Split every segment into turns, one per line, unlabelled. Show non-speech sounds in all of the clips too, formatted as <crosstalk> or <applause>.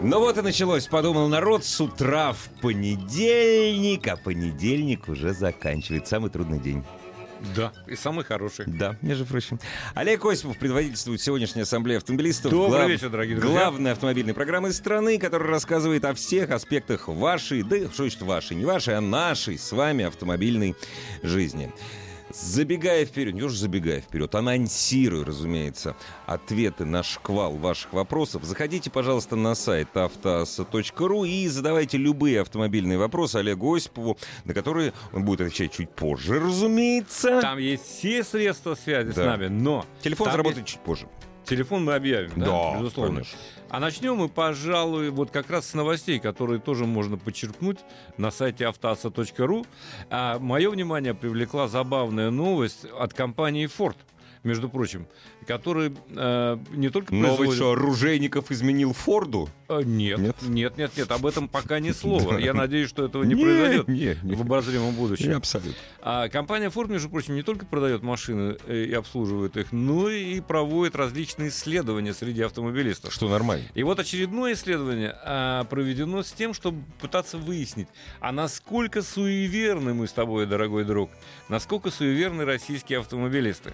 Ну вот и началось, подумал народ, с утра в понедельник, а понедельник уже заканчивает. Самый трудный день.
Да, и самый хороший.
Да, между прочим. Олег Осипов предводительствует сегодняшней ассамблеи автомобилистов.
Добрый вечер, дорогие друзья.
Главной автомобильной программы страны, которая рассказывает о всех аспектах вашей, да что значит вашей, не вашей, а нашей с вами автомобильной жизни. Забегая вперед, не то что забегая вперед, анонсирую, разумеется, ответы на шквал ваших вопросов. Заходите, пожалуйста, на сайт автоаса.ру и задавайте любые автомобильные вопросы Олегу Осипову, на которые он будет отвечать чуть позже, разумеется.
Там есть все средства связи с
Да.
нами, но...
Телефон
там
заработает чуть позже.
есть- Телефон мы объявим, да,
Да,
безусловно.
конечно.
А начнем мы, пожалуй, вот как раз с новостей, которые тоже можно почерпнуть на сайте автоаса.ру. А мое внимание привлекла забавная новость от компании Ford, между прочим, которые э, не только
Новый
производят-
что, оружейников изменил Форду?
Э, Нет,
Нет?
нет, нет, нет, об этом пока ни
<laughs>
слова.
Да.
Я надеюсь, что этого не произойдет
Нет,
в обозримом будущем.
абсолютно.
А компания Ford, между прочим, не только продает машины э, и обслуживает их, но и проводит различные исследования среди автомобилистов.
Что нормально.
И вот очередное исследование а, проведено с тем, чтобы пытаться выяснить, а насколько суеверны мы с тобой, дорогой друг, насколько суеверны российские автомобилисты.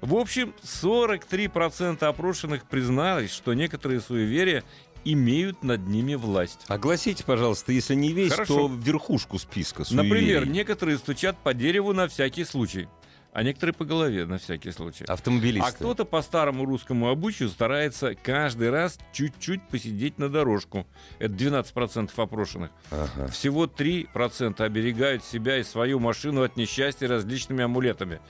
В общем, 43% опрошенных признались, что некоторые суеверия имеют над ними власть.
Огласите, пожалуйста, если не весь,
Хорошо.
то верхушку списка
Например,
суеверий.
некоторые стучат по дереву на всякий случай, а некоторые по голове на всякий случай.
Автомобилисты.
А кто-то по старому русскому обычаю старается каждый раз чуть-чуть посидеть на дорожку. Это 12% опрошенных.
Ага.
Всего 3% оберегают себя и свою машину от несчастья различными амулетами.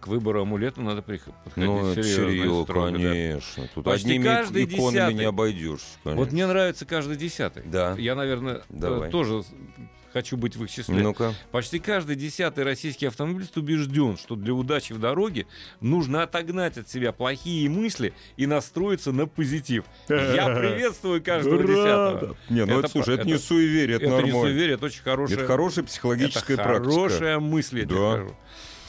К выбору амулета надо прих- подходить
Ну, это
серьезно и
серьезно,
строго, да.
конечно. Тут
Почти
одними
каждый
иконами не
десятый.
обойдешься. конечно.
Вот мне нравится каждый десятый.
Да.
Я, наверное, э,
Давай. Ну,
тоже с- хочу быть в их числе.
Ну-ка.
Почти каждый десятый российский автомобилист убежден, что для удачи в дороге нужно отогнать от себя плохие мысли и настроиться на позитив. Я приветствую каждого десятого.
Не, ну это,
Это
слушай,
по-
это, не
это-
суеверие, это,
Это не
нормально.
суеверие, это очень хорошее.
Это хорошая
это
психологическая практика.
хорошая мысль, я тебе
Да.
скажу.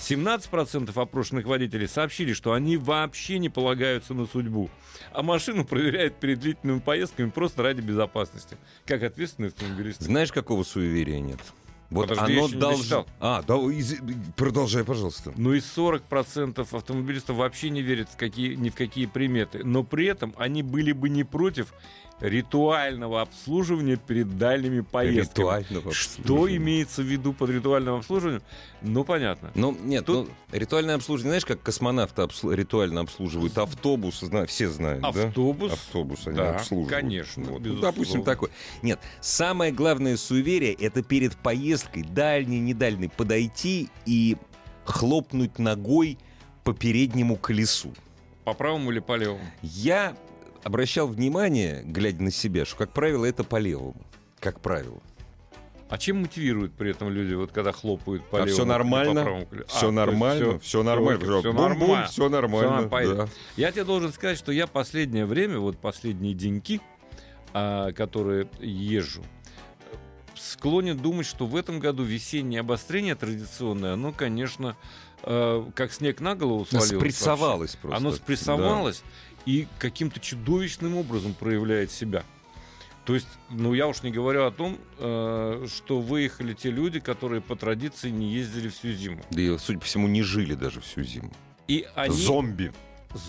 17% опрошенных водителей сообщили, что они вообще не полагаются на судьбу, а машину проверяют перед длительными поездками просто ради безопасности. Как ответственные автомобилисты.
Знаешь, какого суеверия нет? Вот
Подожди, я
оно
еще не
должно...
дочитал.
А, да, из- продолжай, пожалуйста.
Ну и 40% автомобилистов вообще не верят в какие, ни в какие приметы. Но при этом они были бы не против ритуального обслуживания перед дальними поездками.
Ритуального
Что
обслуживания.
имеется в виду под ритуальным обслуживанием? Ну, понятно.
Ну, нет,
Тут-
ну, ритуальное обслуживание, знаешь, как космонавты обслу- ритуально обслуживают автобус, зна- все знают, да?
Автобус.
Автобус они
Да,
обслуживают.
конечно,
Вот. Ну,
безусловно.
допустим, такой. Нет, самое главное суеверие — это перед поездкой, дальний, не дальний, подойти и хлопнуть ногой по переднему колесу.
По правому или по левому?
Я обращал внимание, глядя на себя, что, как правило, это по левому. Как правило.
А чем мотивируют при этом люди, вот когда хлопают по
А
левому?
всё
или по
нормально?
правому колесу? А, то
Все
есть
нормально,
всё-
все нормально.
только всё
Бум-бум,
нормально.
всё
Всё,
нормально.
поехали.
да. А
Я тебе должен сказать, что я последнее время, вот последние деньки, а, которые езжу, склонен думать, что в этом году весеннее обострение традиционное, оно, конечно, э, как снег на голову
Оно
свалилось. вообще.
Спрессовалось просто.
Оно
Да.
спрессовалось и каким-то чудовищным образом проявляет себя. То есть, ну я уж не говорю о том, э, что выехали те люди, которые по традиции не ездили всю зиму.
Да и, судя по всему, не жили даже всю зиму.
И они...
Зомби.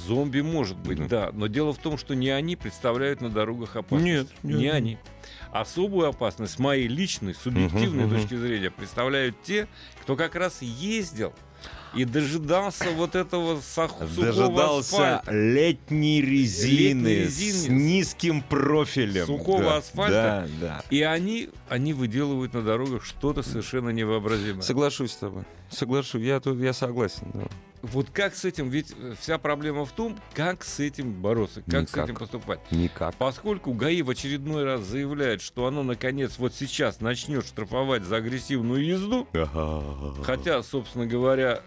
Зомби может быть,
Да.
да. Но дело в том, что не они представляют на дорогах опасность.
Нет, нет,
не
нет.
они. Особую опасность, с моей личной, субъективной
Мгм, мгм.
точки зрения, представляют те, кто как раз ездил и дожидался вот этого сах- сухого
Дожидался
асфальта.
летней резины,
Летней
с
резины.
низким профилем.
Сухого
Да,
асфальта.
Да,
И они, они выделывают на дорогах что-то совершенно
да.
невообразимое.
Соглашусь с тобой. Соглашусь. Я, тут, я согласен. да.
Вот как с этим, ведь э, вся проблема в том, как с этим бороться, как с
Никак.
этим поступать.
Никак.
Поскольку ГАИ в очередной раз заявляет, что оно наконец вот сейчас начнет штрафовать за агрессивную езду, хотя, собственно говоря,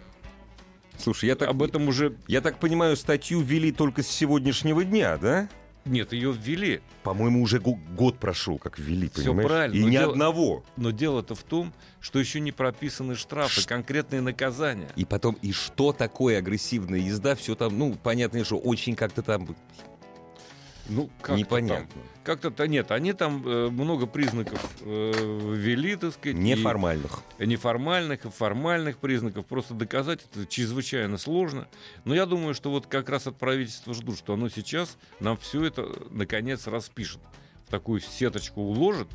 Слушай, я так,
об этом уже
я так понимаю, статью ввели только с сегодняшнего дня, да?
нет, ее ввели.
По-моему, уже го- год прошел, как ввели,
Всё
понимаешь?
правильно,
И
но
ни
дело-
одного.
Но дело-то в том, что еще не прописаны штрафы,
Ш-
конкретные наказания.
И потом, и что такое агрессивная езда, все там, ну, понятно, что очень как-то там
Ну, как-то
непонятно.
там. Как-то-то нет, они там э, много признаков э, ввели, так сказать. и
Неформальных.
неформальных и формальных признаков. Просто доказать это чрезвычайно сложно. Но я думаю, что вот как раз от правительства ждут, что оно сейчас нам все это э, наконец распишет. В такую сеточку уложит.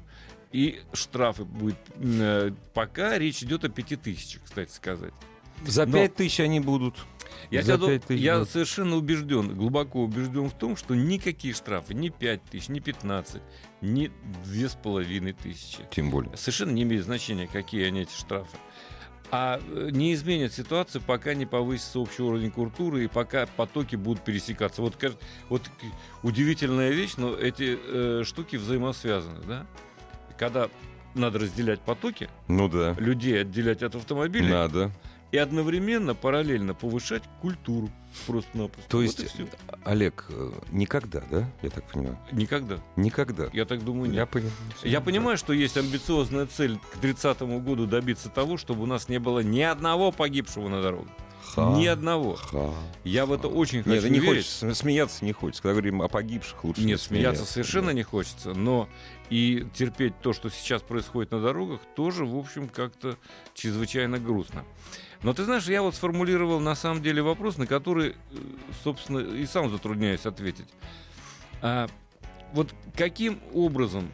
И штрафы будет... э, пока речь идет о пяти тысячах, кстати сказать.
За
Но-
пять тысяч они будут.
Я,
За
тебя дум-
пять тысяч
я
будет.
совершенно убежден, глубоко убежден в том, что никакие штрафы, ни 5 тысяч, ни 15, ни 2500
Тем более.
совершенно не имеет значения, какие они эти штрафы. А э, не изменят ситуацию, пока не повысится общий уровень культуры и пока потоки будут пересекаться. Вот, кажд- вот к- удивительная вещь, но эти э, штуки взаимосвязаны, да? Когда надо разделять потоки,
Ну да.
людей отделять от автомобилей,
Надо.
и одновременно, параллельно повышать культуру просто-напросто.
То
Вот
есть,
и всё.
Олег, э, никогда, да? Я так понимаю.
Никогда.
Никогда.
Я так думаю, нет.
понимаю.
Я, понимаю, что есть амбициозная цель к 30 году добиться того, чтобы у нас не было ни одного погибшего на дороге. Ни одного. Я в это очень
Нет,
хочу
не
верить.
хочется, смеяться не хочется. Когда говорим о погибших, лучше не
Нет, смеяться совершенно не хочется, но и терпеть то, что сейчас происходит на дорогах, тоже, в общем, как-то чрезвычайно грустно. Но ты знаешь, я вот сформулировал на самом деле вопрос, на который, э, собственно, и сам затрудняюсь ответить. А вот каким образом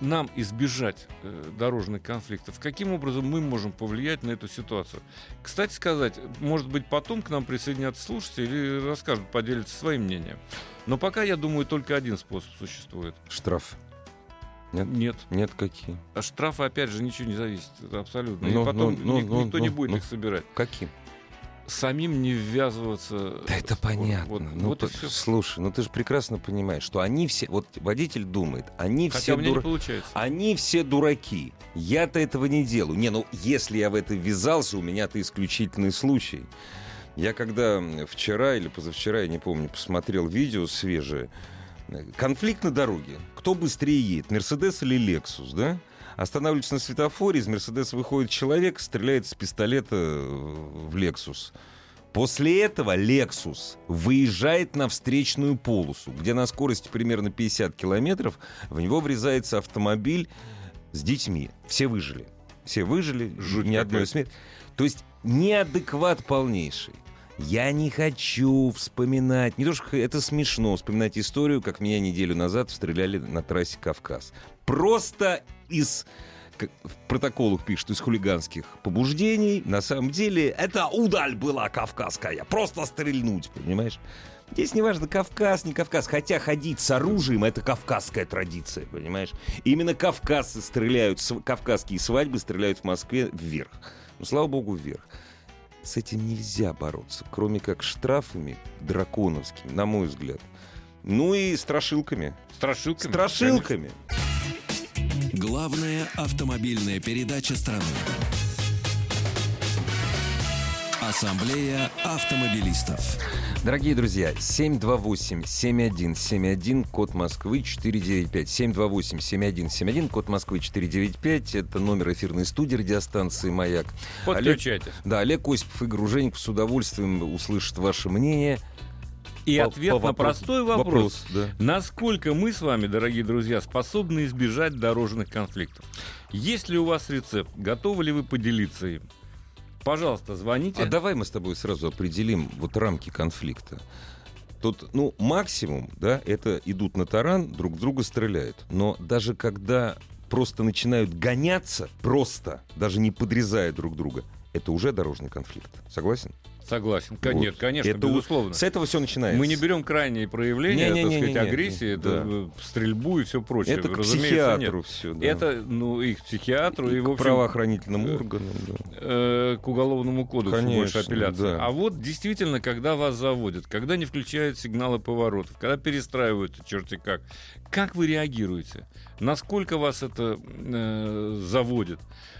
нам избежать э, дорожных конфликтов? Каким образом мы можем повлиять на эту ситуацию? Кстати сказать, может быть, потом к нам присоединятся слушатели и расскажут, поделятся своим мнением. Но пока, я думаю, только один способ существует.
Штраф.
Нет.
Нет, какие?
А штрафы, опять же, ничего не зависит. Это абсолютно.
Ну,
и потом
ну, ну,
ни-
ну,
никто не
ну,
будет
ну.
их собирать.
Какие?
Самим не ввязываться.
Да это
Вот-
понятно.
Вот,
ну,
вот и
п-
все.
слушай, ну ты же прекрасно понимаешь, что они все... Вот водитель думает, они
Хотя
все
у меня
дура-
не получается.
Они все дураки. Я-то этого не делаю. Не, ну если я в это ввязался, у меня-то исключительный случай. Я когда вчера или позавчера, я не помню, посмотрел видео свежее. э, Конфликт на дороге. Кто быстрее едет, Мерседес или Лексус, да? Останавливается на светофоре, из Мерседеса выходит человек, стреляет с пистолета э, в Лексус. После этого Лексус выезжает на встречную полосу, где на скорости примерно 50 километров в него врезается автомобиль с детьми. Все выжили. Все выжили,
Жуть
ни одной
какая.
смерти. То есть неадекват полнейший. Я не хочу вспоминать, не то что х- это смешно, вспоминать историю, как меня неделю назад стреляли на трассе Кавказ. Просто из как в протоколах пишут, из хулиганских побуждений. На самом деле это удаль была кавказская. Просто стрельнуть, понимаешь? Здесь неважно, Кавказ, не Кавказ. Хотя ходить с оружием — это кавказская традиция, понимаешь? Именно кавказцы стреляют, св- кавказские свадьбы стреляют в Москве вверх. Ну, слава богу, вверх. С этим нельзя бороться, кроме как штрафами драконовскими, на мой взгляд. Ну и А, страшилками.
Страшилками. конечно.
Страшилками.
Главная автомобильная передача страны. Ассамблея автомобилистов.
Дорогие друзья, 728-7171, код Москвы 495. 728-7171, код Москвы 495. Это номер эфирной студии радиостанции «Маяк».
Подключайтесь.
Да, Олег Осипов и Груженьков с удовольствием услышат ваше мнение.
И
по-
ответ
по
на
вопросу.
простой вопрос.
да.
Насколько мы с вами, дорогие друзья, способны избежать дорожных конфликтов? Есть ли у вас рецепт? Готовы ли вы поделиться им? Пожалуйста, звоните.
А давай мы с тобой сразу определим вот рамки конфликта. Тут, ну, максимум, да, это идут на таран, друг в друга стреляют. Но даже когда просто начинают гоняться, просто, даже не подрезая друг друга, это уже дорожный конфликт. Согласен?
Согласен. Кон-
Вот.
Нет, конечно,
Это у-
безусловно.
С этого все начинается.
Мы не берем крайние проявления, так
Не-не-не-не-не.
сказать, агрессии, это, э, стрельбу и все прочее.
Это к
Разумеется, нет.
психиатру все.
Это, ну, и к психиатру, и, в
к
общем,
правоохранительным
э,
органам. да.
э, к уголовному кодексу
Конечно,
больше апелляции.
да.
А вот действительно, когда вас заводят, когда не включают сигналы поворотов, когда перестраивают черти как, как вы реагируете? Насколько вас это э, заводит?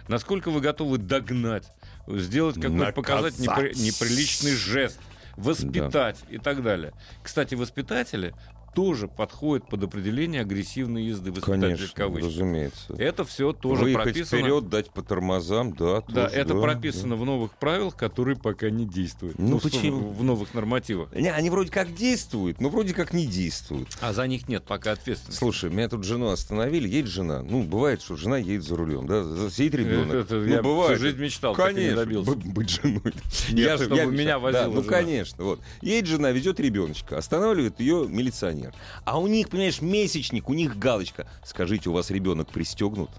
Насколько вы готовы догнать, сделать какой-то
Наказать.
показать непри- неприличный жест, воспитать и так далее? Кстати, воспитатели тоже подходят под определение агрессивной езды, воспитатели в
Конечно,
кавычках.
разумеется.
Это все тоже
Выехать
прописано.
вперед, дать по тормозам, да.
Да,
тоже,
это
да,
прописано в новых правилах, которые пока не действуют.
Ну,
в сум-
почему?
В новых нормативах.
да. Не, они вроде как действуют, но вроде как не действуют.
А за них нет пока ответственности.
Слушай, меня тут жену остановили, едет жена. Ну, бывает, что жена едет за рулем, да, за- сидит ребенок.
Это
ну,
я
бывает.
всю жизнь мечтал, так и не
Конечно,
добился.
бы- быть женой. же-
чтобы меня
мечтал.
возила
Да, ну,
жена.
конечно, вот. Едет жена, везет ребеночка, останавливает ее милиционер. А у них, понимаешь, месячник, у них галочка. Скажите, у вас ребенок пристегнут?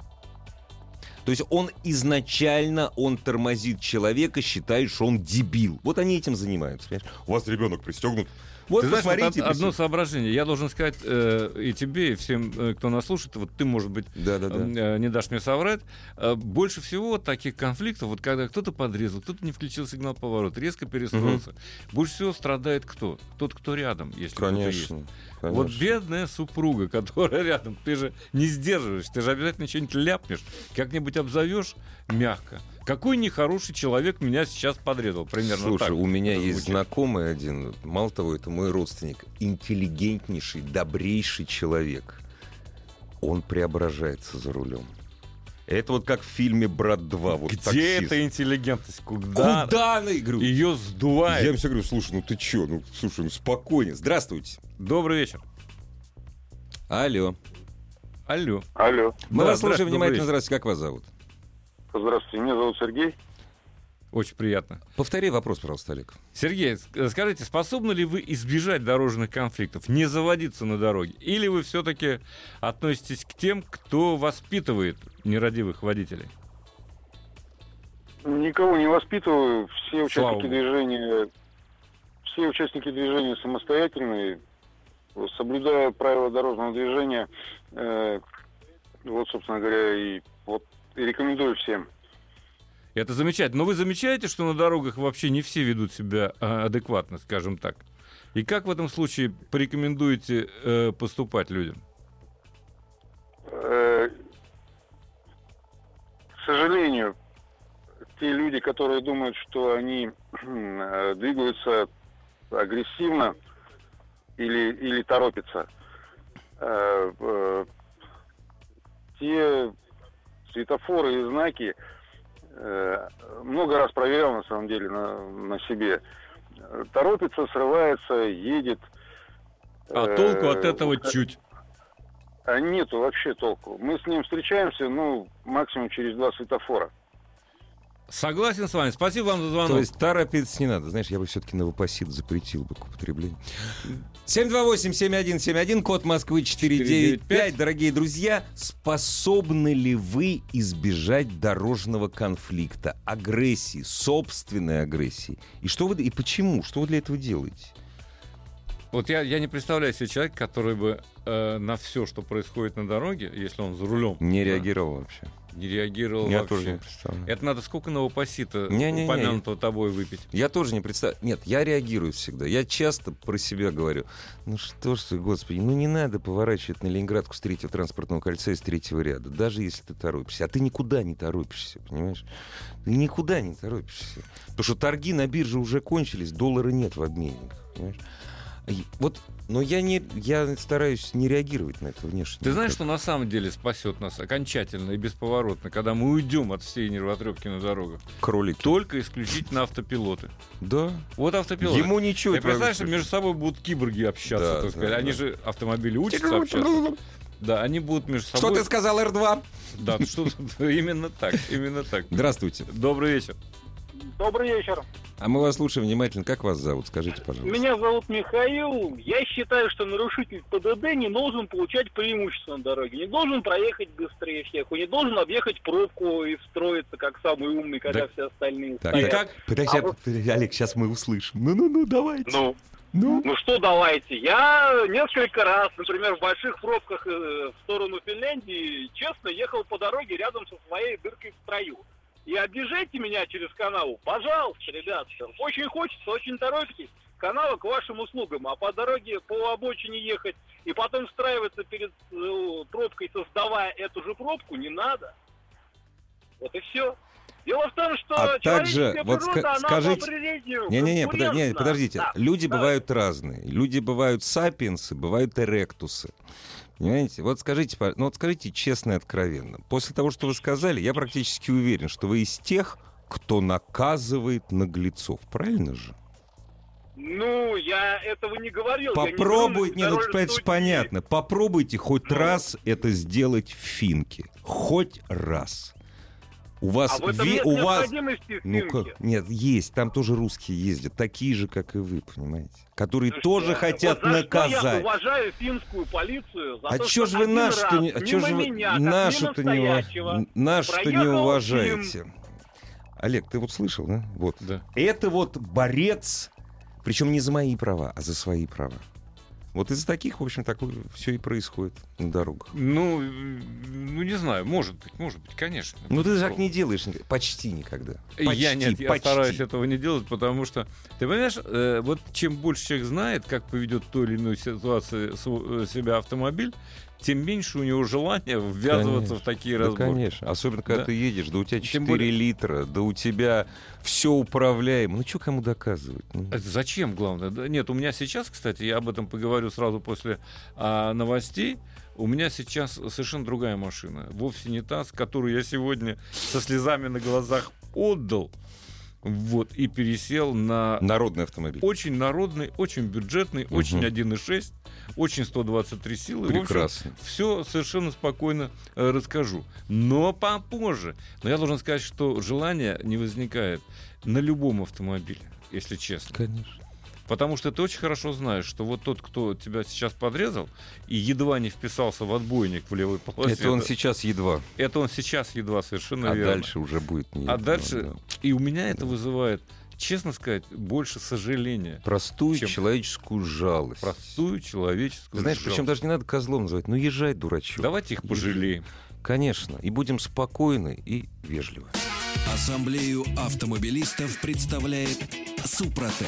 То есть он изначально, он тормозит человека, считает, что он дебил. Вот они этим занимаются, понимаешь? У вас ребенок пристегнут. Вот
Ты знаешь, вот
посмотрите.
од- одно
пристегнут.
соображение. Я должен сказать э, и тебе, и всем, э, кто нас слушает, вот ты, может быть,
Да-да-да.
э, не дашь мне соврать. Э, Больше всего таких конфликтов, вот когда кто-то подрезал, кто-то не включил сигнал поворота, резко перестроился. Больше всего страдает кто? Тот, кто рядом, если кто-то есть.
Конечно.
Вот
конечно.
бедная супруга, <laughs> которая рядом, ты же не сдерживаешь, ты же обязательно что-нибудь ляпнешь, как-нибудь обзовешь мягко. Какой нехороший человек меня сейчас подрезал, примерно
Слушай,
так.
у меня
это
есть
звучит.
знакомый один, мало того, это мой родственник, интеллигентнейший, добрейший человек. Он преображается за рулем. Это вот как в фильме «Брат 2». Вот
Где
таксист.
эта интеллигентность? Куда?
Куда она, я говорю?
Ее
Я
сдувает.
им всегда говорю, слушай, ну ты чё, ну слушай, ну спокойнее. Здравствуйте.
Добрый вечер.
Алло.
Алло.
Алло.
Мы
Да,
вас
здравствуйте,
слушаем внимательно.
добрый
Здравствуйте, как вас зовут?
Здравствуйте, меня зовут Сергей.
Очень приятно.
Повтори вопрос, пожалуйста, Олег.
Сергей, ск- э, скажите, способны ли вы избежать дорожных конфликтов, не заводиться на дороге? Или вы все-таки относитесь к тем, кто воспитывает нерадивых водителей?
Никого не воспитываю. Все
Слава
участники
богу.
движения, все участники движения самостоятельные. Соблюдаю правила дорожного движения. Э, вот, собственно говоря, и вот и рекомендую всем.
Это замечательно. Но вы замечаете, что на дорогах вообще не все ведут себя а, адекватно, скажем так. И как в этом случае порекомендуете э, поступать людям?
Э, к сожалению, те люди, которые думают, что они э, двигаются агрессивно или, или торопятся, э, э, те светофоры и знаки э, много раз проверял на самом деле на, на себе. Э, Торопится, срывается, едет.
А
Э,
толку
ну,
от этого
х-
чуть.
а нету вообще толку. Мы с ним встречаемся, ну, максимум через два светофора.
Согласен с вами. Спасибо вам за звонок.
То есть торопиться не надо. Знаешь, я бы все-таки новопосит запретил бы к употреблению. 728-7171, код Москвы 495.
495.
Дорогие друзья, способны ли вы избежать дорожного конфликта, агрессии, собственной агрессии? И что вы, и почему? Что вы для этого делаете?
Вот я, я не представляю себе человека, который бы э, на все, что происходит на дороге, если он за рулем,
Не
да,
реагировал вообще.
не реагировал
Я
вообще.
тоже не представляю.
Это надо сколько новопосита
Не-не-не.
упомянутого тобой выпить?
Я тоже не представляю. Нет, я реагирую всегда. Я часто про себя говорю. Ну что ж ты, господи, ну не надо поворачивать на Ленинградку с третьего транспортного кольца из третьего ряда, даже если ты торопишься. А ты никуда не торопишься, понимаешь? Ты никуда не торопишься. Потому что торги на бирже уже кончились, доллара нет в обменниках, понимаешь? И Вот, но я, не, я стараюсь не реагировать на это внешне.
Ты знаешь, что на самом деле спасет нас окончательно и бесповоротно, когда мы уйдем от всей нервотрепки на дорогах?
кролики?
Только исключительно автопилоты.
Да.
Вот автопилоты.
Ему ничего.
Ты представляешь, что между собой будут киборги общаться,
Да,
так сказать.
да,
они
да. ну.
же автомобили учатся общаться. Да, они будут между
Что
собой.
ты сказал, Р2?
Да, <laughs> что именно так, именно так.
Здравствуйте.
Добрый вечер.
Добрый вечер.
А мы вас слушаем внимательно. Как вас зовут? Скажите, пожалуйста.
Меня зовут Михаил. Я считаю, что нарушитель ПДД не должен получать преимущество на дороге. Не должен проехать быстрее всех. Он не должен объехать пробку и встроиться как самый умный, когда
Да.
все остальные
Так,
стоят.
Итак,
Подожди,
А вот-
подожди, Олег, сейчас мы услышим. Ну-ну-ну, давайте.
Ну,
Ну,
ну что давайте. Я несколько раз, например, в больших пробках э, в сторону Финляндии, честно, ехал по дороге рядом со своей дыркой в строю. И обижайте меня через канаву, пожалуйста, ребятки. Очень хочется, очень торопитесь. Канава к вашим услугам, а по дороге по обочине ехать и потом встраиваться перед э, пробкой, создавая эту же пробку, не надо. Вот и все. Дело в том, что
А также,
человеческая
вот ска-
природа, она по
скажите-
определению
Не-не-не, подо- не,
конкурентна.
подождите.
ну, Да.
Люди
давай.
бывают разные. Люди бывают сапиенсы, бывают эректусы. Понимаете? Вот скажите, пож- ну вот скажите честно и откровенно. После того, что вы сказали, я практически уверен, что вы из тех, кто наказывает наглецов. Правильно же?
Ну, я этого не говорил. я не
Попробуйте,
беру
нет,
на
ну,
здоровье
это ж
судьи.
понятно. Попробуйте хоть
Ну.
раз это сделать в финке. Хоть раз. У
А
вас,
в этом
ви-
нет
у вас,
необходимости в
Ну
Финке.
как? Нет, есть. Там тоже русские ездят, такие же, как и вы, понимаете, которые
Слушайте, а
тоже
вот
хотят
за что я
наказать.
уважаю финскую полицию. За
А
то,
чё
что
ж вы
один
нашу-то
раз
не, а чё
мимо
ж вы
меня, как
нашу-то
мимо
не, ува-
стоячего,
н- нашу-то не
проехал
уважаете? Олег, ты вот слышал, да? Вот.
Да.
Это вот борец, причем не за мои права, а за свои права. Вот из-за таких, в общем, такое все и происходит на дорогах.
Ну, э, ну не знаю, может быть, может быть, конечно.
Ну ты так не делаешь никогда. почти никогда.
я
Почти,
нет, я
почти.
стараюсь этого не делать, потому что ты понимаешь, э, вот чем больше человек знает, как поведет в той или иной ситуации св- э, себя автомобиль, тем меньше у него желания
Конечно.
ввязываться в такие
Да,
разборки.
конечно. Особенно, когда
Да.
ты едешь, да у тебя 4
Тем более-
литра, да у тебя все управляемо. Ну, что кому доказывать? Ну,
Это зачем, главное? Да Нет, у меня сейчас, кстати, я об этом поговорю сразу после а, новостей. У меня сейчас совершенно другая машина. Вовсе не та, с которую я сегодня со слезами на глазах отдал. Вот, и пересел на
Народный автомобиль.
очень народный, очень бюджетный,
Мгм.
очень 1.6, очень 123 силы.
Прекрасно.
все совершенно спокойно э, расскажу. Но попозже. Но я должен сказать, что желание не возникает на любом автомобиле, если честно.
Конечно.
Потому что ты очень хорошо знаешь, что вот тот, кто тебя сейчас подрезал и едва не вписался в отбойник в левой полосе,
Это он сейчас едва.
это он сейчас едва совершенно
а
верно.
дальше уже будет не
А
едва,
дальше-
да.
И у меня это вызывает, честно сказать, больше сожаления.
Простую
Чем?
человеческую жалость.
Простую человеческую
Знаешь, причем
жалость.
даже не надо козлом называть. Ну, езжай, дурачок.
Давайте их пожалеем.
Конечно. И будем спокойны и вежливы.
Ассамблею автомобилистов представляет Супротек.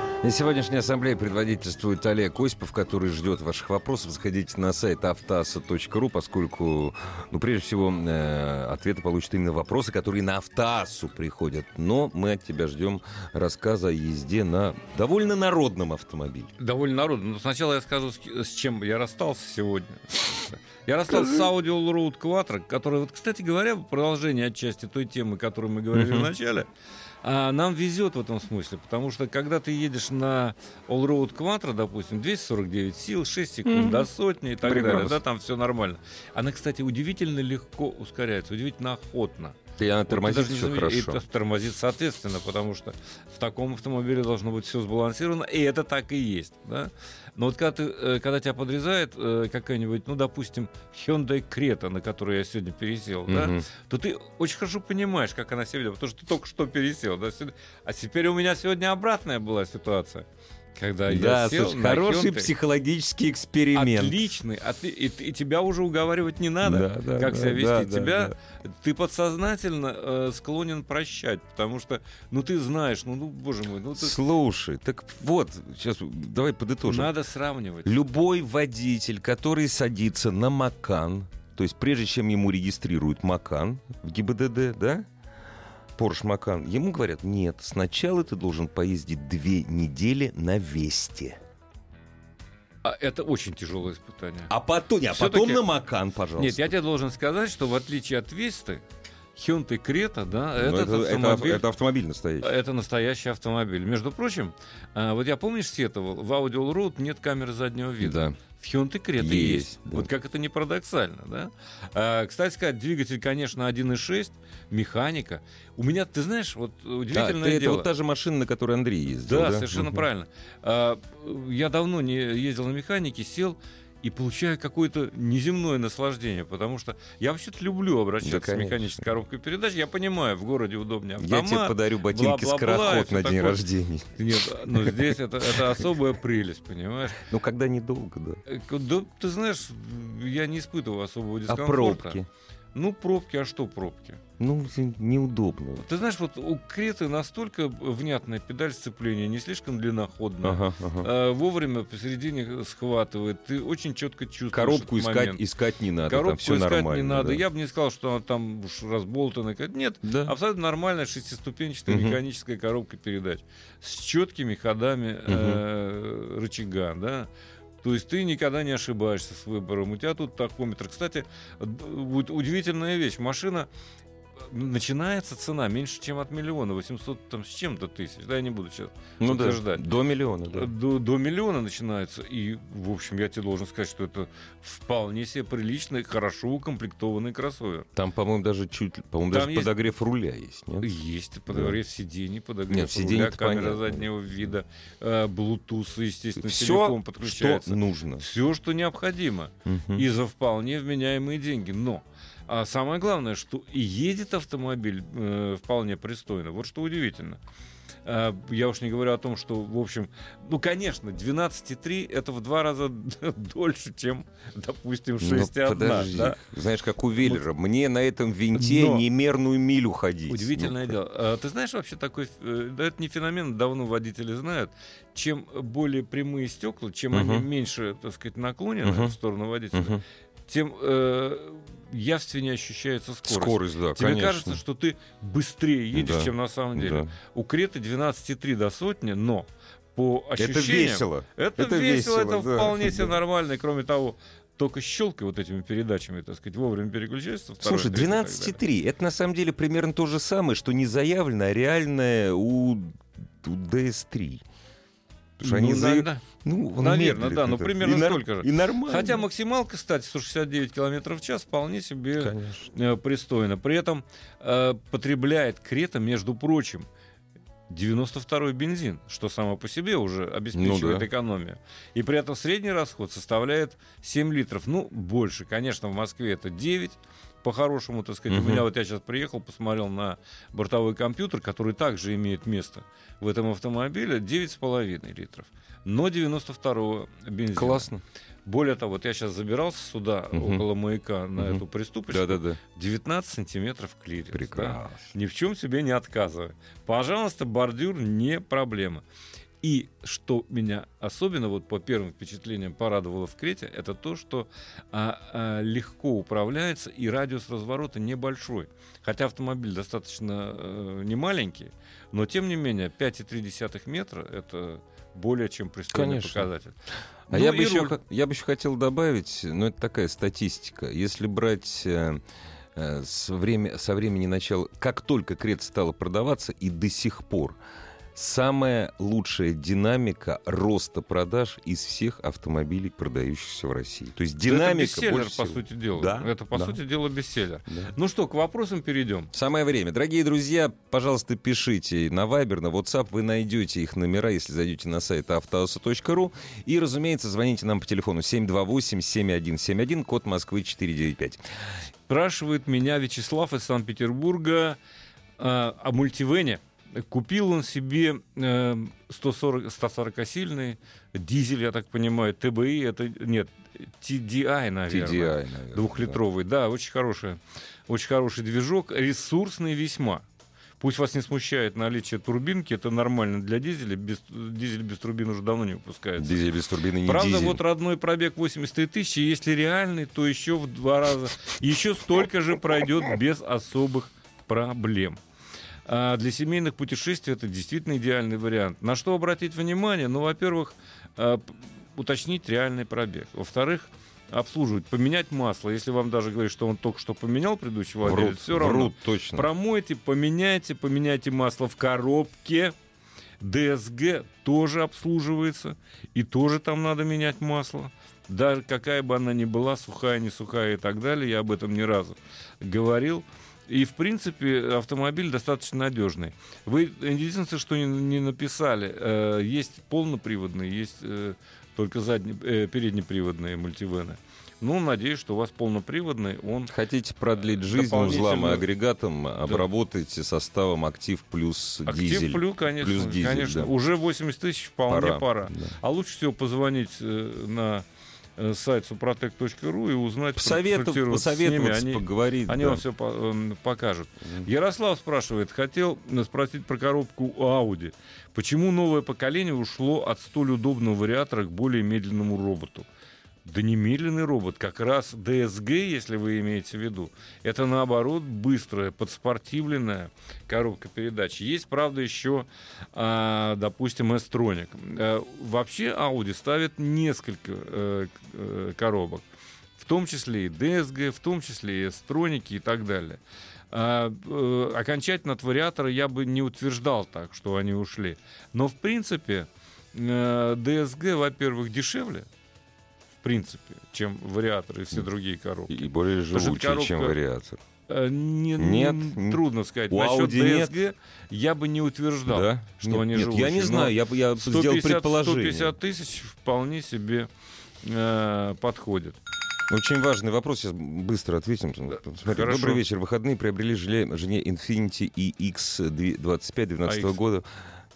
На сегодняшней ассамблее предводительствует Олег Осипов, который ждет ваших вопросов. Заходите на сайт автоаса.ру, поскольку, ну, прежде всего, э, ответы получат именно вопросы, которые на автоасу приходят. Но мы от тебя ждем рассказа о езде на довольно народном автомобиле.
Довольно народно. Но сначала я скажу, с ки- с чем я расстался
<laughs>
сегодня. Я расстался с Audi Allroad Quattro, который, вот, кстати говоря, продолжение отчасти той темы, о которой мы говорили в
Мгм.
начале, а, нам везет в этом смысле, потому что когда ты едешь на Allroad Quattro, допустим, 249 сил, 6 секунд до сотни и так далее,
Прекрасно.
да, там все нормально. Она, кстати, удивительно легко ускоряется, удивительно охотно.
Ты она
Вот Ну, ты
тормозит
даже не
все
замечаешь. И
хорошо.
т- тормозит, соответственно, потому что в таком автомобиле должно быть все сбалансировано, и это так и есть. Да? Но вот когда, ты, э, когда тебя подрезает э, какая-нибудь, ну, допустим, Hyundai Creta, на которую я сегодня пересел, да,
Мгм.
то ты очень хорошо понимаешь, как она себя ведет, потому что ты только что пересел. да, сюда. А теперь у меня сегодня обратная была ситуация. Когда я
Да,
сел
слушай,
на
хороший
Hyundai.
психологический эксперимент.
Отличный, отли- и, ты- и тебя уже уговаривать не
Да,
надо,
да,
как
да,
себя вести.
да, да,
тебя ты подсознательно э, склонен прощать, потому что, ну ты знаешь, ну, ну боже мой, ну ты
Слушай, так вот, сейчас давай подытожим.
надо сравнивать.
Любой водитель, который садится на Макан, то есть прежде чем ему регистрируют Макан в ГИБДД, да? Порш Макан, ему говорят, нет, сначала ты должен поездить две недели на Весте.
А это очень тяжелое испытание.
А потом, не, а
Всё-таки-
потом на Макан, пожалуйста.
Нет, я тебе должен сказать, что в отличие от Весты, Hyundai Крета, да,
Ну,
этот
это, это
автомобиль... Э,
ав- это автомобиль настоящий.
Это настоящий автомобиль. Между прочим, а, вот я помнишь, сетовал, в Audi Allroad нет камеры заднего вида.
Да.
В Hyundai Creta
Есть,
есть.
да.
Вот как это не парадоксально, да? А, кстати сказать, двигатель, конечно, 1.6, механика. У меня, ты знаешь, вот
Да,
удивительное
ты- это
дело.
вот та же машина, на которой Андрей ездил.
да, совершенно
Мгм.
правильно. А, я давно не ездил на механике, сел и получаю какое-то неземное наслаждение, потому что я вообще-то люблю обращаться
Да,
с
конечно.
механической коробкой передач. Я понимаю, в городе удобнее
Я
автомат.
тебе подарю ботинки
бла-бла-бла,
с крахот
это
на день
такое.
рождения.
Нет, ну здесь это, это особая прелесть, понимаешь?
Ну, когда недолго, да.
Э, к- Да, ты знаешь, я не испытывал особого
А
дискомфорта.
пробки?
Ну, пробки, а что пробки?
Ну, неудобно.
Ты знаешь, вот у Креты настолько внятная педаль сцепления, не слишком длинноходная.
Ага, ага.
Э, Вовремя посередине схватывает. Ты очень четко чувствуешь.
А Коробку
этот
искать,
момент.
искать не надо,
Коробку
там все
искать
нормально.
не надо.
да.
Я бы не сказал, что она там уж разболтана. как- Нет,
Да.
Абсолютно нормальная шестиступенчатая
Мгм.
механическая коробка передач с четкими ходами э, рычага, да. То есть ты никогда не ошибаешься с выбором. У тебя тут тахометр. Кстати, д- вот удивительная вещь. Машина э, начинается цена меньше, чем от миллиона, 800 там с чем-то тысяч. Да, я не буду сейчас
ну, да.
утверждать.
До миллиона, да.
До, до миллиона начинается. И, в общем, я тебе должен сказать, что это вполне себе приличный, хорошо укомплектованный кроссовер.
Там, по-моему, даже чуть, ли- по-моему,
Там
даже
есть-
подогрев руля есть, нет?
Есть
Да.
подогрев сидений, подогрев
Нет, сиденье
руля,
это
камера
понятно.
заднего вида, э, Bluetooth, естественно,
Все,
телефон
что
подключается.
нужно.
Все, что необходимо.
Мгм.
И за вполне вменяемые деньги. Но а самое главное, что и едет автомобиль э, вполне пристойно. Вот что удивительно. Э, Я уж не говорю о том, что, в общем, ну, конечно, 12,3 это в два раза <laughs> дольше, чем, допустим,
Ну,
6,1.
подожди.
да?
Знаешь, как у Веллера, мне на этом винте
Но-
немерную милю ходить.
Удивительное
Ну,
дело. А, Ты знаешь вообще такой, э, да это не феномен, давно водители знают. Чем более прямые стекла, чем они
Мгм.
меньше, так сказать, наклонены
Мгм.
в сторону водителя,
Ну. Мгм.
тем э, явственнее ощущается скорость.
Скорость, да,
Тебе
конечно.
кажется, что ты быстрее едешь,
Да,
чем на самом деле.
Да.
У Креты 12,3 до сотни, но по
Это
ощущениям...
весело.
Это,
Это
весело,
весело,
это
да,
вполне
да.
себе нормально. И кроме того, только щелкай вот этими передачами, так сказать, вовремя переключаешься. второй,
Слушай,
третий и так далее.
12,3 это на самом деле примерно то же самое, что не заявлено, а реальное у, у DS3. Потому что они
Ну,
заяв-
да, да.
Ну, он
Наверное,
медлит
да, ну,
это.
примерно
и нар-
столько же.
И нормально.
Хотя максималка, кстати, 169 км в час вполне себе
Конечно.
э, пристойно. При этом э, потребляет Крета, между прочим, 92-й бензин, что само по себе уже обеспечивает
Ну да.
экономию. И при этом средний расход составляет 7 литров. Ну, больше, конечно, в Москве это 9. По-хорошему, так сказать, у
Мгм.
меня вот я сейчас приехал, посмотрел на бортовой компьютер, который также имеет место в этом автомобиле, 9,5 литров. Но 92-го бензина.
Классно.
Более того, вот я сейчас забирался сюда,
Мгм.
около маяка, на
Мгм.
эту приступочку.
Да-да-да.
19 сантиметров клиренс. да.
Прекрасно.
Ни в чем себе не отказываю. Пожалуйста, бордюр не проблема. И что меня особенно вот по первым впечатлениям порадовало в Крете, это то, что а, а, легко управляется и радиус разворота небольшой. Хотя автомобиль достаточно э, не маленький, но тем не менее 5,3 метра это более чем пристойный
Конечно.
показатель.
А
Ну
я, бы
и
еще,
руль.
хо- я бы еще хотел добавить, ну это такая статистика, если брать э, э, с время, со времени начала, как только Крет стала продаваться и до сих пор, самая лучшая динамика роста продаж из всех автомобилей, продающихся в России. То есть
это
динамика
бестселлер,
больше
по
всего.
сути дела.
Да,
Это, по
да.
сути дела, бестселлер.
Да.
Ну что, к вопросам перейдем.
Самое время. Дорогие друзья, пожалуйста, пишите на Viber, на WhatsApp. Вы найдете их номера, если зайдете на сайт автоаса.ру. И, разумеется, звоните нам по телефону 728-7171, код Москвы 495.
Спрашивает меня Вячеслав из Санкт-Петербурга э, о мультивене. Купил он себе э, 140, 140-сильный дизель, я так понимаю, ТБИ, это нет, TDI, наверное.
TDI, наверное.
Двухлитровый, да, очень хороший, очень хороший движок, ресурсный весьма. Пусть вас не смущает наличие турбинки, это нормально для дизеля, без, дизель без турбин уже давно не
да.
выпускается.
Дизель без турбины не
Правда,
дизель.
вот родной пробег 83 тысячи, если реальный, то еще в два раза, еще столько же пройдет без особых проблем. А для семейных путешествий это действительно идеальный вариант. На что обратить внимание? Ну, во-первых, э, п- уточнить реальный пробег. Во-вторых, обслуживать, поменять масло. Если вам даже говорят, что он только что поменял предыдущий владелец,
Врут,
все равно.
врут, точно.
Промойте, поменяйте, поменяйте масло в коробке. ДСГ тоже обслуживается, и тоже там надо менять масло. Даже какая бы она ни была, сухая, не сухая и так далее, я об этом не разу говорил. И, в принципе, автомобиль достаточно надежный. Вы единственное, что не, не написали, э, есть полноприводные, есть э, только задне, э, переднеприводные мультивены. Ну, надеюсь, что у вас полноприводный, он
Хотите продлить жизнь
Дополнительно.
узлам и агрегатам, обработайте составом «Актив» плюс
актив
«Дизель».
плюс, конечно,
плюс дизель,
конечно.
да.
Уже 80 тысяч вполне
Пора,
пора.
да.
А лучше всего позвонить э, на э, сайт suprotec.ru и узнать,
Посоветов-
проконсультироваться с ними.
посоветоваться,
Они-
поговорить.
Они
да.
вам все покажут. Ярослав спрашивает, хотел э, спросить про коробку Audi. Почему новое поколение ушло от столь удобного вариатора к более медленному роботу? Да не медленный робот, как раз ДСГ, если вы имеете в виду, это наоборот быстрая, подспортивленная коробка передач. Есть, правда, еще, а, допустим, S-Tronic. Э, вообще Audi ставит несколько э, к- э, коробок в том числе и DSG, в том числе и строники и так далее. А, э, окончательно от вариатора я бы не утверждал так, что они ушли. Но в принципе э, DSG, во-первых, дешевле, в принципе, чем вариаторы и все другие коробки.
И более
Потому что
живучие, чем
коробка-
вариатор.
Э, не-
Нет,
н-
н-
трудно сказать.
у
Насчет
Audi нет.
DSG я бы не утверждал, что
Нет,
они
нет,
живучие.
я не
Но
знаю, я, б- я б сделал
150
предположение.
150 тысяч вполне себе э, подходит.
Очень важный вопрос, сейчас быстро ответим. Смотри,
хорошо.
добрый вечер. В Выходные приобрели желе- жене E Infinity EX25 12
AX.
года.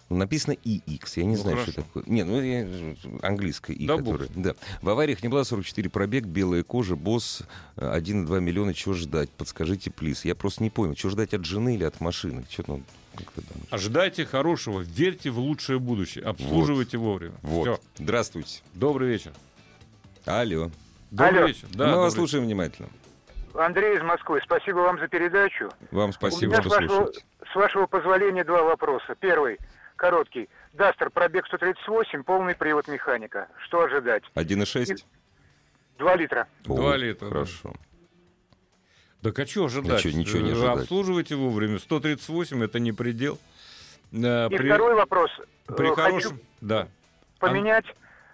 Написано EX, я не
Ну,
знаю, что
хорошо.
такое. Не, ну, я- английское «и»,
Да
которое... Да. В авариях не была 44 пробег, белая кожа, босс, э, 1,2 миллиона, чего ждать? Подскажите, плиз. Я просто не понял, чего ждать от жены или от машины? Чё там, как ты думаешь?
Ожидайте хорошего, верьте в лучшее будущее, обслуживайте вовремя.
Вот.
Всё.
Здравствуйте.
Добрый вечер.
Алло.
Добрый
Алло.
вечер.
Мы вас
добрый вечер.
слушаем внимательно.
Андрей из Москвы, спасибо вам за передачу.
Вам
У
спасибо,
меня,
что
с вашего,
слушаете.
с вашего позволения, два вопроса. Первый, короткий. Дастер, пробег 138, полный привод механика. Что ожидать?
1,6?
Два литра.
Два
О,
литра, да.
Хорошо.
Так а что ожидать?
Ничего- ничего не
Э,
ожидать.
Обслуживайте вовремя. 138 это не предел. Э,
И
при-
второй вопрос.
при
Э,
хорошем...
Хочу
Да.
поменять.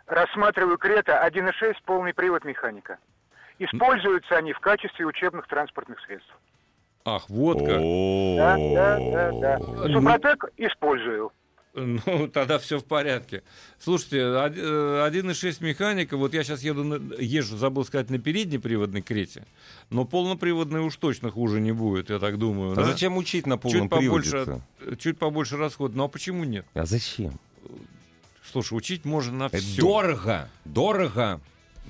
Рассматриваю Крета 1.6, полный привод механика. Используются они в качестве учебных транспортных средств.
Ах, вот как.
Да, да, да, да.
Ну-
Супротек использую.
Ну, тогда все в порядке. Слушайте, од- э, 1.6 механика, вот я сейчас еду, на- езжу, забыл сказать, на переднеприводной крете, но полноприводной уж точно хуже не будет, я так думаю.
А
да?
зачем учить на полном
чуть побольше,
приводе-то?
чуть побольше расход. Ну а почему нет?
А зачем?
Слушай, учить можно на
Это
все.
дорого, дорого.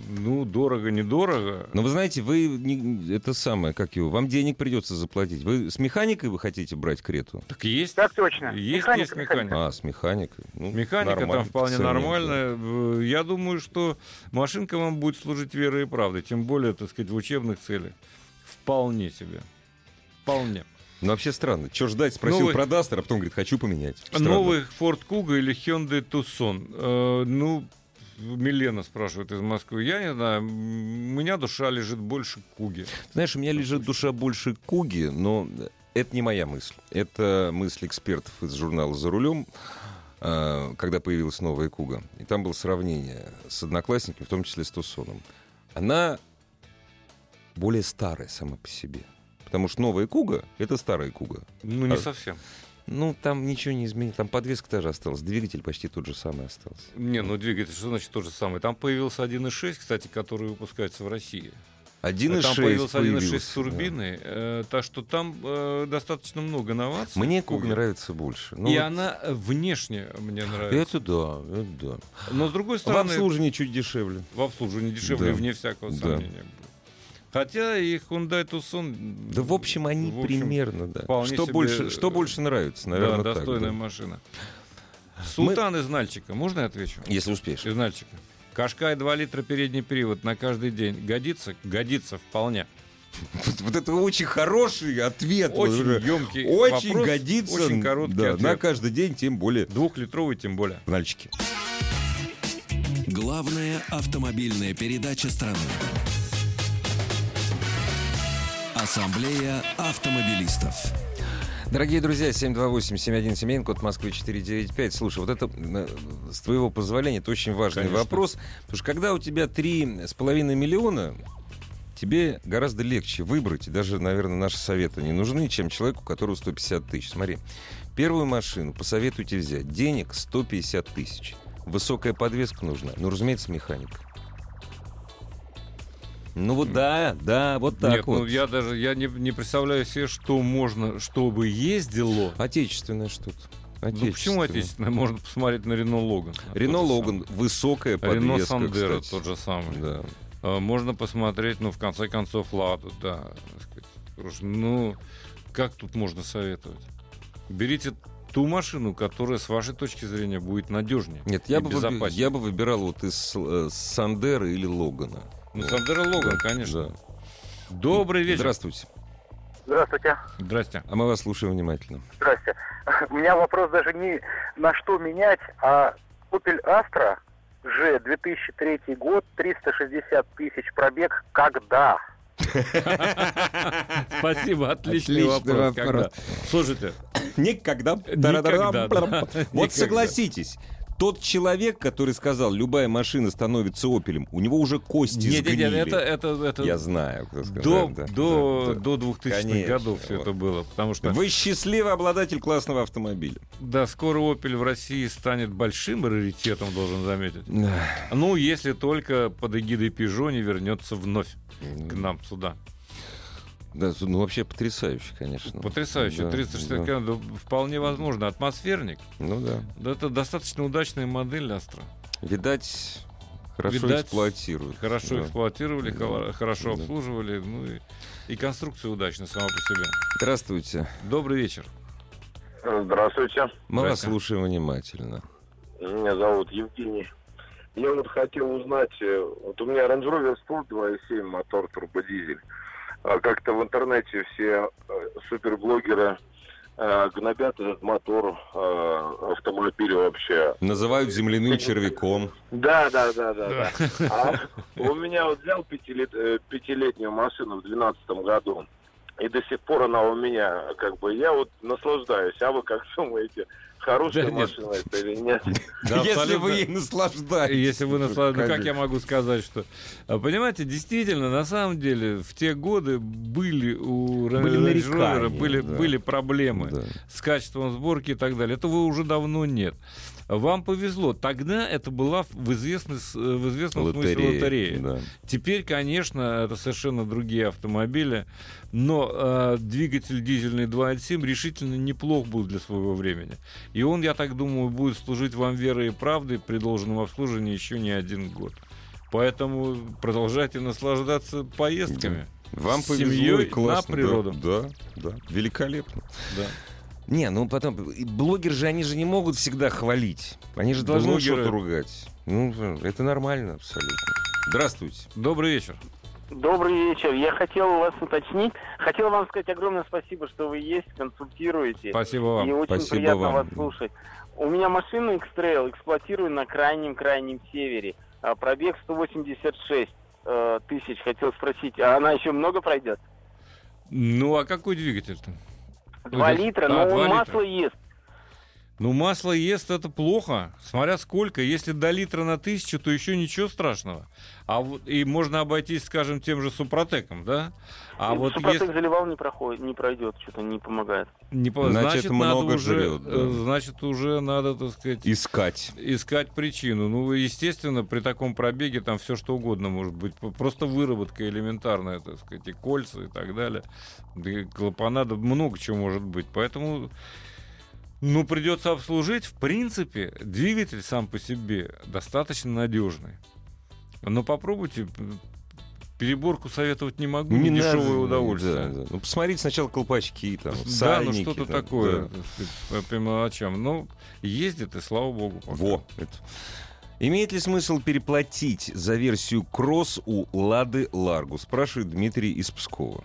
Ну, дорого, недорого.
Но Ну, вы знаете, вы не- это самое, как его, вам денег придется заплатить. Вы с механикой вы хотите брать крету?
Так есть.
Так точно.
Есть,
Механика,
есть механика.
А, с механикой. Ну,
Механика
нормально
там вполне
по цене,
нормальная. В- Я думаю, что машинка вам будет служить верой и правдой. Тем более, так сказать, в учебных целях. Вполне себе. Вполне.
да. Ну, вообще странно. Что ждать? Спросил
Новый-
про Дастер, а потом говорит, хочу поменять. Странно.
Новый Ford Kuga или Hyundai Tucson? Э, ну, Милена спрашивает из Москвы. Я не знаю, м, у меня душа лежит больше к Куге.
Знаешь, у меня лежит душа больше Куги, но это не моя мысль. Это мысль экспертов из журнала «За рулем», э, когда появилась новая Куга. И там было сравнение с одноклассниками, в том числе с Тусоном. Она более старая сама по себе. Потому что новая Куга — это старая Куга.
Ну, не
А-
совсем.
Ну, там ничего не изменилось. Там подвеска та же осталась, двигатель почти тот же самый остался.
Не, ну двигатель, что значит то же самое? Там появился 1.6, кстати, который выпускается в России.
1.6
Там появился 1.6
появился,
с
да.
турбиной, э, так что там э, достаточно много новаций.
Мне
в Куге.
Куга нравится больше. Ну,
И
вот
она э, внешне мне нравится.
Это да, это да.
Но с другой
В
стороны,
обслуживании чуть дешевле.
в обслуживании дешевле,
Да.
вне всякого
Да.
сомнения. будет. Хотя и Hyundai Tucson...
Да, в общем, они
в общем,
примерно, да.
вполне
Что,
себе,
больше,
э,
что больше нравится, наверное,
да,
так,
достойная
да.
машина. Султан из Нальчика, можно я отвечу?
Если успеешь.
Из Нальчика. Кашкай 2 литра передний привод на каждый день. Годится? Годится вполне.
Вот, вот это очень хороший ответ. вот
Очень
уже.
емкий
Очень
вопрос,
годится.
очень короткий
да,
ответ.
На каждый день, тем более
Двухлитровый тем более.
в Нальчике.
Главное Главная автомобильная передача страны. Ассамблея автомобилистов.
Дорогие друзья, 728-7171, код Москвы 495. Слушай, вот это, э, с твоего позволения, это очень важный
Конечно.
вопрос. Потому что когда у тебя 3,5 миллиона, тебе гораздо легче выбрать. И даже, наверное, наши советы не нужны, чем человеку, у которого 150 тысяч. Смотри, первую машину посоветуйте взять. Денег 150 тысяч. Высокая подвеска нужна. Ну, разумеется, механика. Ну вот да, да, вот так
Нет,
вот.
ну я даже я не, не представляю себе, что можно, чтобы ездило.
Отечественная что-то.
Ну почему отечественное? Можно посмотреть на Рено Логан.
Рено
Тот же
Логан, высокая
самый. Рено
подвеска,
Сандеро
кстати.
тот же самый.
Да.
А, Можно посмотреть, ну, в конце концов, Ладу, да. так сказать. Потому что, Ну, как тут можно советовать? Берите ту машину, которая, с вашей точки зрения, будет надежнее.
Нет, я
И
бы, выби-
безопаснее.
я бы выбирал вот из э, Сандера или Логана.
Ну, Сандеро Логан, конечно.
Да.
Добрый вечер.
Здравствуйте.
<laughs>
Здравствуйте.
Здрасте.
А мы вас слушаем внимательно.
Здрасте. У меня вопрос даже не на что менять, а Opel Astra G 2003 год, 360 тысяч пробег, когда?
Спасибо, отличный
Отличный вопрос.
вопрос. Когда? Слушайте,
Никогда.
<laughs> Никогда, да. Никогда.
Вот согласитесь, тот человек, который сказал, любая машина становится опелем, у него уже кости
нет, нет,
сгнили.
нет, это, это, это
Я знаю, кто
до,
сказал. да, да,
до,
да.
до 2000-х
Конечно,
годов все
вот.
это было. Потому что,
Вы счастливый обладатель классного автомобиля.
да, скоро Opel в России станет большим раритетом, должен заметить.
Эх,
Ну, если только под эгидой Peugeot не вернется вновь к нам сюда.
Да, ну вообще потрясающе, конечно.
Потрясающе.
Ну, Да,
360
да.
километров да, вполне возможно. Атмосферник.
Ну да.
Да это достаточно удачная модель Астра.
Видать, хорошо
Видать,
эксплуатируют.
Хорошо
Да.
эксплуатировали,
Да.
хова- хорошо
Да.
обслуживали. Ну и, и конструкция удачная сама по себе.
Здравствуйте.
Добрый вечер.
Здравствуйте.
Мы вас
Здрасте.
слушаем внимательно.
Меня зовут Евгений. Я вот хотел узнать, э, вот у меня Range Rover Sport 2.7, мотор турбодизель. А Как-то в интернете все э, суперблогеры э, гнобят этот мотор э, автомобиля вообще.
Называют земляным червяком.
Да, да, да, да. да. А у меня вот взял пятилет- э, пятилетнюю машину в 2012 году. И до сих пор она у меня, как бы, я вот наслаждаюсь. А вы как думаете, хорошая
Да нет.
машина это или нет?
Если вы
абсолютно.
ей наслаждаетесь.
<laughs> Если вы наслаждаетесь, ну как я
Конечно.
могу сказать, что... а, Понимаете, действительно, на самом деле, в те годы были у Ра-
Были
Range Rover
нарекания,
были,
да.
были проблемы.
Да.
с качеством сборки и так далее. Этого уже давно нет. Вам повезло. Тогда это была в, известной с- э, Ну, в известном смысле лотерея.
Да.
Теперь, конечно, это совершенно другие автомобили, но э, двигатель дизельный 2.7 решительно неплох был для своего времени. И он, я так думаю, будет служить вам верой и правдой при должном обслуживании еще не один год. Поэтому продолжайте наслаждаться поездками.
Вам
С
повезло
семьей
и классно.
на
да.
природу.
Да, да. Великолепно.
Да.
Не, ну потом, и блогеры же, они же не могут всегда хвалить. Они же должны
Блогеры-
что-то ругать. Ну, это нормально абсолютно. Здравствуйте.
Добрый вечер.
Добрый вечер. Я хотел вас уточнить. Хотел вам сказать огромное спасибо, что вы есть, консультируете.
Спасибо вам.
И очень
Спасибо
приятно
вам.
вас слушать. У меня машина X-Trail, эксплуатирую на крайнем-крайнем севере. А, Пробег 186 э, тысяч. Хотел спросить, а она еще много пройдет?
Ну, а какой двигатель-то?
Два
Ой, да.
литра,
А,
но
два
он
литра.
масло ест.
Ну, масло ест это плохо. Смотря сколько. Если до литра на тысячу, то еще ничего страшного. А вот и можно обойтись, скажем, тем же супротеком, да?
Ну,
А вот
Супротек
если
заливал, не, проходит, не пройдет, что-то не помогает.
не по-
Значит,
надо
много
уже,
жрет, да.
э, значит, уже надо, так сказать,
Искать.
искать причину. Ну, естественно, при таком пробеге там все что угодно может быть. П- Просто выработка элементарная, так сказать, и кольца и так далее. Да и клапана, да много чего может быть. Поэтому, ну, придется обслужить. В принципе, двигатель сам по себе достаточно надежный. Но попробуйте. м, Переборку советовать не могу. Не, дешевое
надо,
удовольствие.
да, да. Ну, посмотрите сначала колпачки, там,
Да, ну
сальники
что-то
там,
такое.
да.
так сказать, По, по мелочам. Ну, ездит, и слава богу. пока.
Во. это. Имеет ли смысл переплатить за версию кросс у Лады Ларгу? Спрашивает Дмитрий из Пскова.